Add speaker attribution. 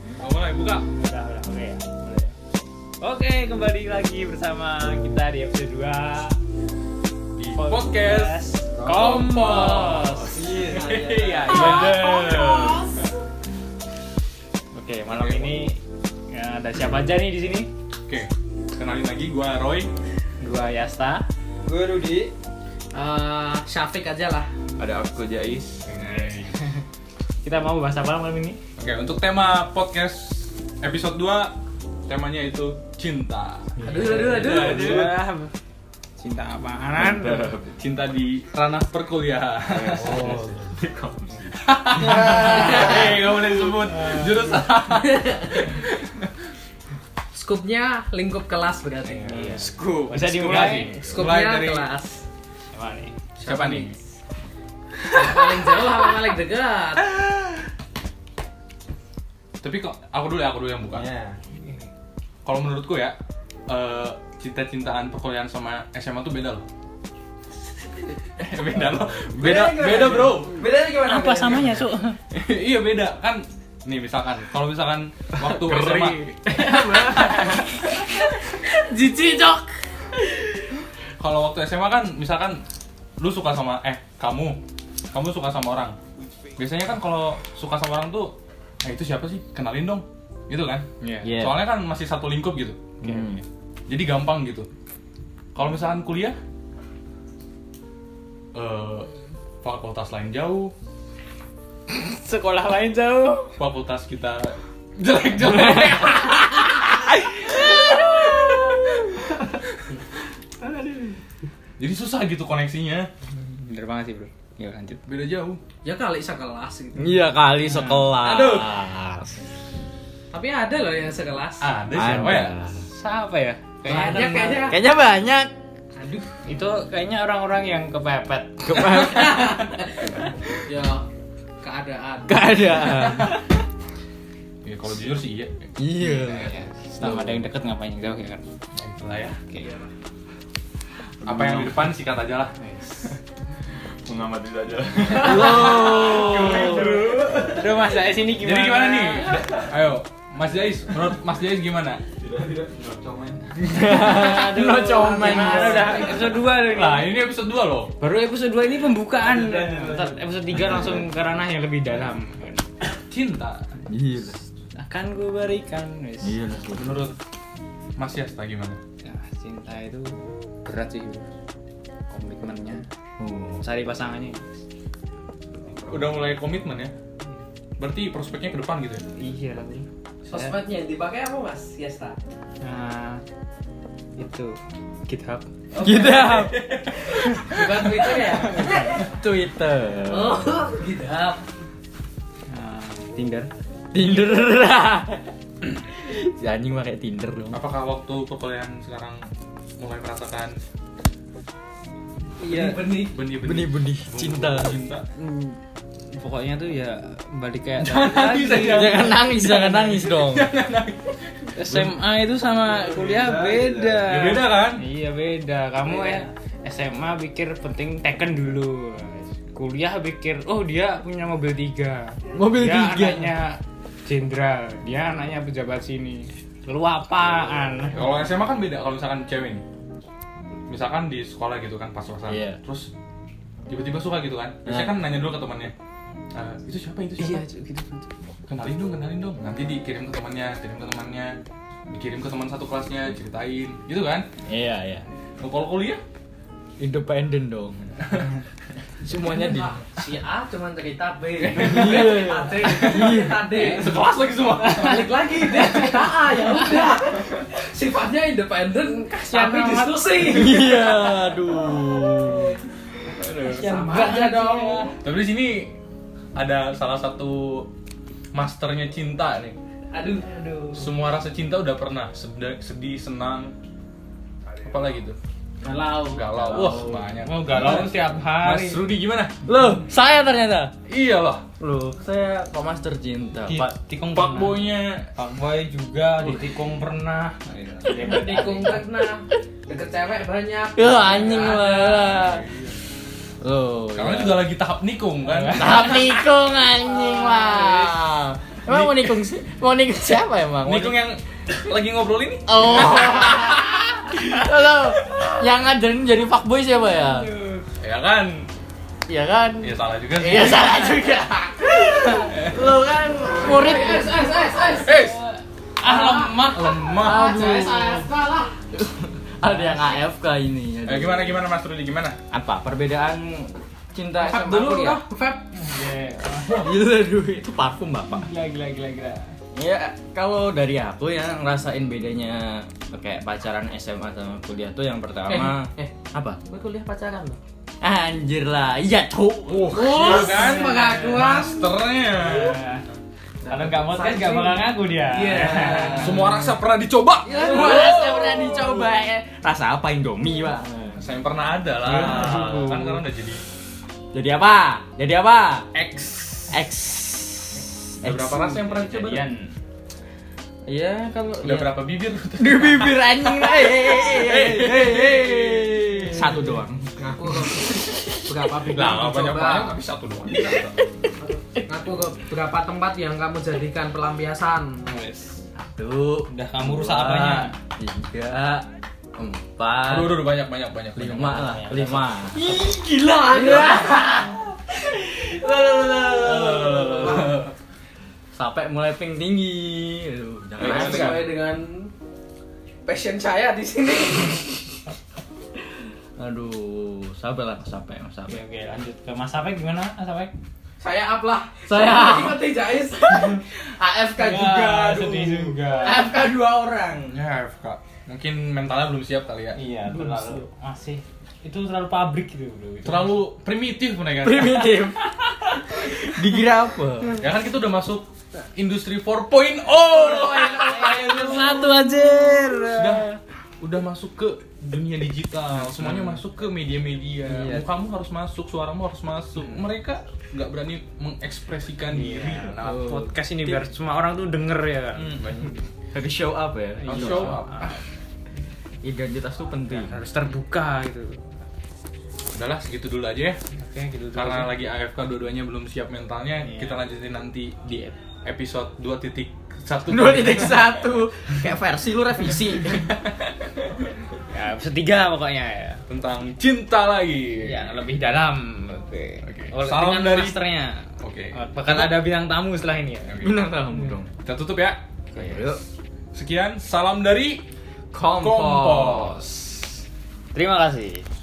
Speaker 1: buka.
Speaker 2: Udah, udah, oke ya. Boleh.
Speaker 1: Oke, kembali lagi bersama kita di episode 2 di podcast Kompos. Iya, bener. Oke, malam ini ya, ada siapa aja nih di sini?
Speaker 3: Oke, kenalin lagi gua Roy.
Speaker 1: Gua Yasta.
Speaker 4: Gue Rudi.
Speaker 5: Eh, Syafiq aja lah.
Speaker 3: Ada aku Jais.
Speaker 1: Kita mau bahas apa malam ini?
Speaker 3: Oke, untuk tema podcast episode 2 temanya itu cinta.
Speaker 5: Aduh, aduh, aduh.
Speaker 3: aduh.
Speaker 2: Cinta apaanan?
Speaker 3: Cinta di ranah perkuliahan.
Speaker 2: Oh.
Speaker 3: Oke, nggak boleh disebut jurusan.
Speaker 5: Skupnya lingkup kelas berarti.
Speaker 1: Iya.
Speaker 3: Scoop.
Speaker 1: Bisa dimulai.
Speaker 3: Mulai
Speaker 5: Skupnya
Speaker 3: dari
Speaker 5: kelas.
Speaker 1: Siapa nih?
Speaker 3: siapa nih?
Speaker 5: Paling jauh apa paling dekat?
Speaker 3: Tapi kok aku dulu ya, aku dulu yang buka.
Speaker 4: Ya.
Speaker 3: Kalau menurutku ya, eh, cinta-cintaan perkuliahan sama SMA tuh beda loh. beda loh. Beda beda, bro.
Speaker 4: Bedanya gimana?
Speaker 6: apa samanya cuk
Speaker 3: iya beda kan nih misalkan kalau misalkan waktu
Speaker 1: Keri.
Speaker 3: SMA
Speaker 5: Jijik cok.
Speaker 3: kalau waktu SMA kan misalkan lu suka sama eh kamu kamu suka sama orang biasanya kan kalau suka sama orang tuh eh itu siapa sih kenalin dong gitu kan
Speaker 1: Iya.
Speaker 3: soalnya kan masih satu lingkup gitu jadi gampang gitu kalau misalkan kuliah eh fakultas lain jauh
Speaker 1: Sekolah lain jauh.
Speaker 3: fakultas kita jelek jelek jadi susah gitu koneksinya
Speaker 2: Bener banget sih, Bro. Ya lanjut.
Speaker 3: beda jauh
Speaker 5: Ya kali sekelas gitu.
Speaker 6: iya kali sekelas
Speaker 3: Aduh.
Speaker 5: Tapi ada loh yang sekelas.
Speaker 3: ada siapa ya
Speaker 1: Siapa ya?
Speaker 5: Banyak Ah, kayaknya.
Speaker 6: kayaknya banyak
Speaker 5: Aduh.
Speaker 1: Itu kayaknya orang-orang yang kepepet.
Speaker 5: Ya keadaan.
Speaker 6: keadaan
Speaker 3: ya kalau jujur sih iya
Speaker 6: iya
Speaker 1: Selama ada yang deket ngapain yang jauh ya kan?
Speaker 3: itulah ya
Speaker 1: Oke.
Speaker 3: apa yang di depan sikat aja lah
Speaker 4: Mengamati saja.
Speaker 1: Aduh mas saya sini gimana?
Speaker 3: jadi gimana nih ayo Mas Jais, menurut Mas Jais gimana?
Speaker 4: Tidak, tidak. Cocok main.
Speaker 1: Aduh, no comment. Gimana udah episode 2 nih.
Speaker 3: Nah, ini episode 2 loh.
Speaker 1: Baru episode 2 ini pembukaan. Ntar episode 3 langsung ke ranah yang lebih dalam.
Speaker 3: Cinta.
Speaker 6: iya
Speaker 1: Akan gue berikan wis.
Speaker 6: iya
Speaker 3: Menurut Mas Yasta gimana?
Speaker 1: Nah, cinta itu berat sih. Bro. Komitmennya. Cari pasangannya.
Speaker 3: Udah mulai komitmen ya? Berarti prospeknya ke depan gitu ya?
Speaker 1: Iya lah. Bro.
Speaker 5: Sosmednya yang dipakai apa mas? Yesta.
Speaker 1: Nah, itu GitHub.
Speaker 6: kita
Speaker 5: Bukan Twitter ya?
Speaker 6: Twitter
Speaker 5: Oh, gitu.
Speaker 1: Nah, Tinder.
Speaker 6: Tinder si anjing pakai Tinder dong
Speaker 3: Apakah waktu perkuliahan sekarang mulai merasakan
Speaker 5: Iya. Benih.
Speaker 3: benih-benih Oh,
Speaker 6: benih-benih cinta
Speaker 3: cinta?
Speaker 1: Hmm, pokoknya tuh ya balik kayak
Speaker 3: Nanti saja.
Speaker 6: jangan nangis jangan nangis dong
Speaker 1: SMA itu sama kuliah beda.
Speaker 3: Ya beda kan?
Speaker 1: Iya beda. Kamu ya SMA pikir penting Tekken dulu. Kuliah pikir oh dia punya mobil tiga.
Speaker 6: Mobil
Speaker 1: dia
Speaker 6: tiga.
Speaker 1: Anaknya jenderal. Dia anaknya pejabat sini. Lu apaan?
Speaker 3: Kalau SMA kan beda kalau misalkan cewek nih. Misalkan di sekolah gitu kan pas-pasan.
Speaker 6: Iya.
Speaker 3: Terus tiba-tiba suka gitu kan. Biasanya kan nanya dulu ke temannya. "Eh, itu siapa itu gitu, siapa kenalin dong kenalin dong nanti dikirim ke temannya kirim ke temannya dikirim ke teman satu kelasnya ceritain gitu kan
Speaker 6: iya iya
Speaker 3: Nah, kalau kuliah
Speaker 6: independen dong semuanya di
Speaker 5: Si A cuma cerita B, cerita C, cerita D.
Speaker 3: sekelas lagi semua
Speaker 5: balik lagi dia cerita A ya udah sifatnya independen
Speaker 1: Kasihan
Speaker 5: tapi
Speaker 1: amat.
Speaker 5: diskusi
Speaker 6: iya aduh
Speaker 5: sama aja dong
Speaker 3: Iya. tapi di sini ada salah satu masternya cinta nih
Speaker 5: aduh aduh
Speaker 3: semua rasa cinta udah pernah sedih, sedih senang apalagi tuh
Speaker 5: galau
Speaker 3: galau wah banyak
Speaker 1: Mau Oh, galau tiap hari.
Speaker 3: Mas Rudi gimana
Speaker 6: Loh, saya ternyata.
Speaker 3: iya loh
Speaker 6: Loh, saya Pak Master Cinta. Pak
Speaker 1: tikung
Speaker 3: pak boynya
Speaker 1: boy juga ditikung pernah.
Speaker 3: Oh, iya.
Speaker 5: tikung kena nah. deket cewek banyak
Speaker 6: Eh, anjing lah. Loh.
Speaker 3: karena
Speaker 6: ya.
Speaker 3: juga lagi tahap nikung kan
Speaker 6: Tahap nikung anjing lah. Emang mau nikung si- mau nikung siapa emang? Mau
Speaker 3: Nikung yang lagi ngobrol ini?
Speaker 6: Oh. Halo. Yang ngajarin jadi fuckboy siapa ya?
Speaker 3: Ya kan.
Speaker 6: Iya kan?
Speaker 3: Ya salah juga sih.
Speaker 6: Iya salah juga. Lo kan murid.
Speaker 5: Es, es, es, es.
Speaker 3: Eits.
Speaker 1: Ah lemah. Ah,
Speaker 3: Eh. Lemah.
Speaker 5: Aduh. Es, es, kalah.
Speaker 6: Ada yang kan. AFK ini. aduh.
Speaker 3: Eh, gimana gimana Mas Rudi gimana?
Speaker 6: Iya, Apa perbedaan cinta
Speaker 5: Vape
Speaker 6: sama
Speaker 5: dulu
Speaker 6: kuliah?
Speaker 5: lah, vape.
Speaker 6: Gila dulu itu parfum bapak.
Speaker 1: Iya. Gila gila gila gila.
Speaker 6: Ya kalau dari aku yang ngerasain bedanya kayak pacaran SMA sama kuliah tuh yang pertama
Speaker 5: Eh, eh.
Speaker 6: apa?
Speaker 5: Gue kuliah pacaran loh.
Speaker 6: Anjir lah, iya cuk.
Speaker 5: Oh.
Speaker 3: Wah,
Speaker 5: Wus, kan, pengakuan.
Speaker 3: Masternya.
Speaker 1: Eh, Kalau nggak mau tes nggak bakal ngaku dia.
Speaker 5: Iya.
Speaker 3: Semua rasa pernah dicoba.
Speaker 5: Ya,
Speaker 1: Iya.
Speaker 6: Wah,
Speaker 5: gua
Speaker 6: saya pernah dicoba ya. Rasa apa Indomie, Pak?
Speaker 3: Saya yang pernah ada lah.
Speaker 1: Aduh.
Speaker 3: Kan sekarang udah jadi
Speaker 6: Jadi apa? Jadi apa?
Speaker 3: X.
Speaker 6: X.
Speaker 3: Udah
Speaker 6: X.
Speaker 3: berapa rasa yang pernah dicoba?
Speaker 1: Jadian.
Speaker 6: Iya, kalau
Speaker 3: Udah
Speaker 6: ya.
Speaker 3: berapa bibir?
Speaker 6: di bibir anjing lah. Eh, eh, eh, eh, eh, eh. Satu doang.
Speaker 5: Ngaku kok. Berapa bidang
Speaker 3: Lah, banyak banyak tapi satu doang.
Speaker 5: Ngaku ke berapa tempat yang kamu jadikan pelampiasan.
Speaker 6: Satu.
Speaker 1: Udah kamu rusak ya?
Speaker 6: dua,
Speaker 1: apanya?
Speaker 3: Ah.
Speaker 6: Tiga, empat,
Speaker 3: Aduh, aduh, aduh, banyak banyak banyak. banyak.
Speaker 6: lima lah, lima.
Speaker 5: Iya.
Speaker 6: Sampai mulai ping tinggi. Aduh,
Speaker 3: Iya,
Speaker 6: jangan.
Speaker 3: kan?
Speaker 5: Nah, Sesuai dengan passion saya di sini.
Speaker 6: Aduh, sabar lah, sampai,
Speaker 1: Oke
Speaker 6: sampai.
Speaker 1: oke lanjut ke Mas Sapek gimana? Mas Sapek?
Speaker 5: Saya up lah.
Speaker 6: Saya up.
Speaker 5: ikuti Jais. AFK
Speaker 1: Ya,
Speaker 5: juga. aduh.
Speaker 1: Sedih juga.
Speaker 3: Ah.
Speaker 5: AFK dua orang.
Speaker 3: Ya, FK. Mungkin mentalnya belum siap kali ya.
Speaker 1: Iya terlalu masih itu terlalu pabrik gitu bro. Itu
Speaker 3: Terlalu primitif mereka.
Speaker 6: Primitif. Dikira apa?
Speaker 3: Ya kan kita udah masuk industri 4.0.
Speaker 6: Satu anjir.
Speaker 3: Sudah udah masuk ke dunia digital, semuanya masuk ke media-media.
Speaker 6: Hmm. Iya. Hmm.
Speaker 3: Kamu harus masuk, suaramu harus masuk. Mereka nggak berani mengekspresikan diri.
Speaker 1: Nah,
Speaker 6: Oh.
Speaker 1: podcast ini biar semua orang tuh denger ya kan.
Speaker 3: Hmm.
Speaker 6: Harus show up ya.
Speaker 3: Harus Oh, show up.
Speaker 6: Identitas tuh penting.
Speaker 1: Harus terbuka gitu.
Speaker 3: Udahlah segitu dulu aja ya.
Speaker 1: Oke gitu. dulu
Speaker 3: Karena
Speaker 1: sih.
Speaker 3: lagi AFK dua-duanya belum siap mentalnya,
Speaker 1: Iya.
Speaker 3: kita lanjutin nanti di episode 2.1.
Speaker 6: Dua titik satu. Kayak versi lu revisi.
Speaker 1: ya episode tiga pokoknya ya.
Speaker 3: tentang cinta lagi.
Speaker 1: Ya
Speaker 6: Iya,
Speaker 1: lebih dalam. Oke.
Speaker 3: Oke.
Speaker 1: Oleh-
Speaker 3: Salam
Speaker 1: dengan
Speaker 3: dari-
Speaker 1: masternya.
Speaker 3: Oke.
Speaker 1: Bakal ada bintang tamu setelah ini ya.
Speaker 3: Oke.
Speaker 6: Bener kamu dong.
Speaker 3: Kita tutup ya.
Speaker 6: Ayo.
Speaker 3: Sekian, salam dari
Speaker 6: Kompos.
Speaker 3: Kompos.
Speaker 1: Terima kasih.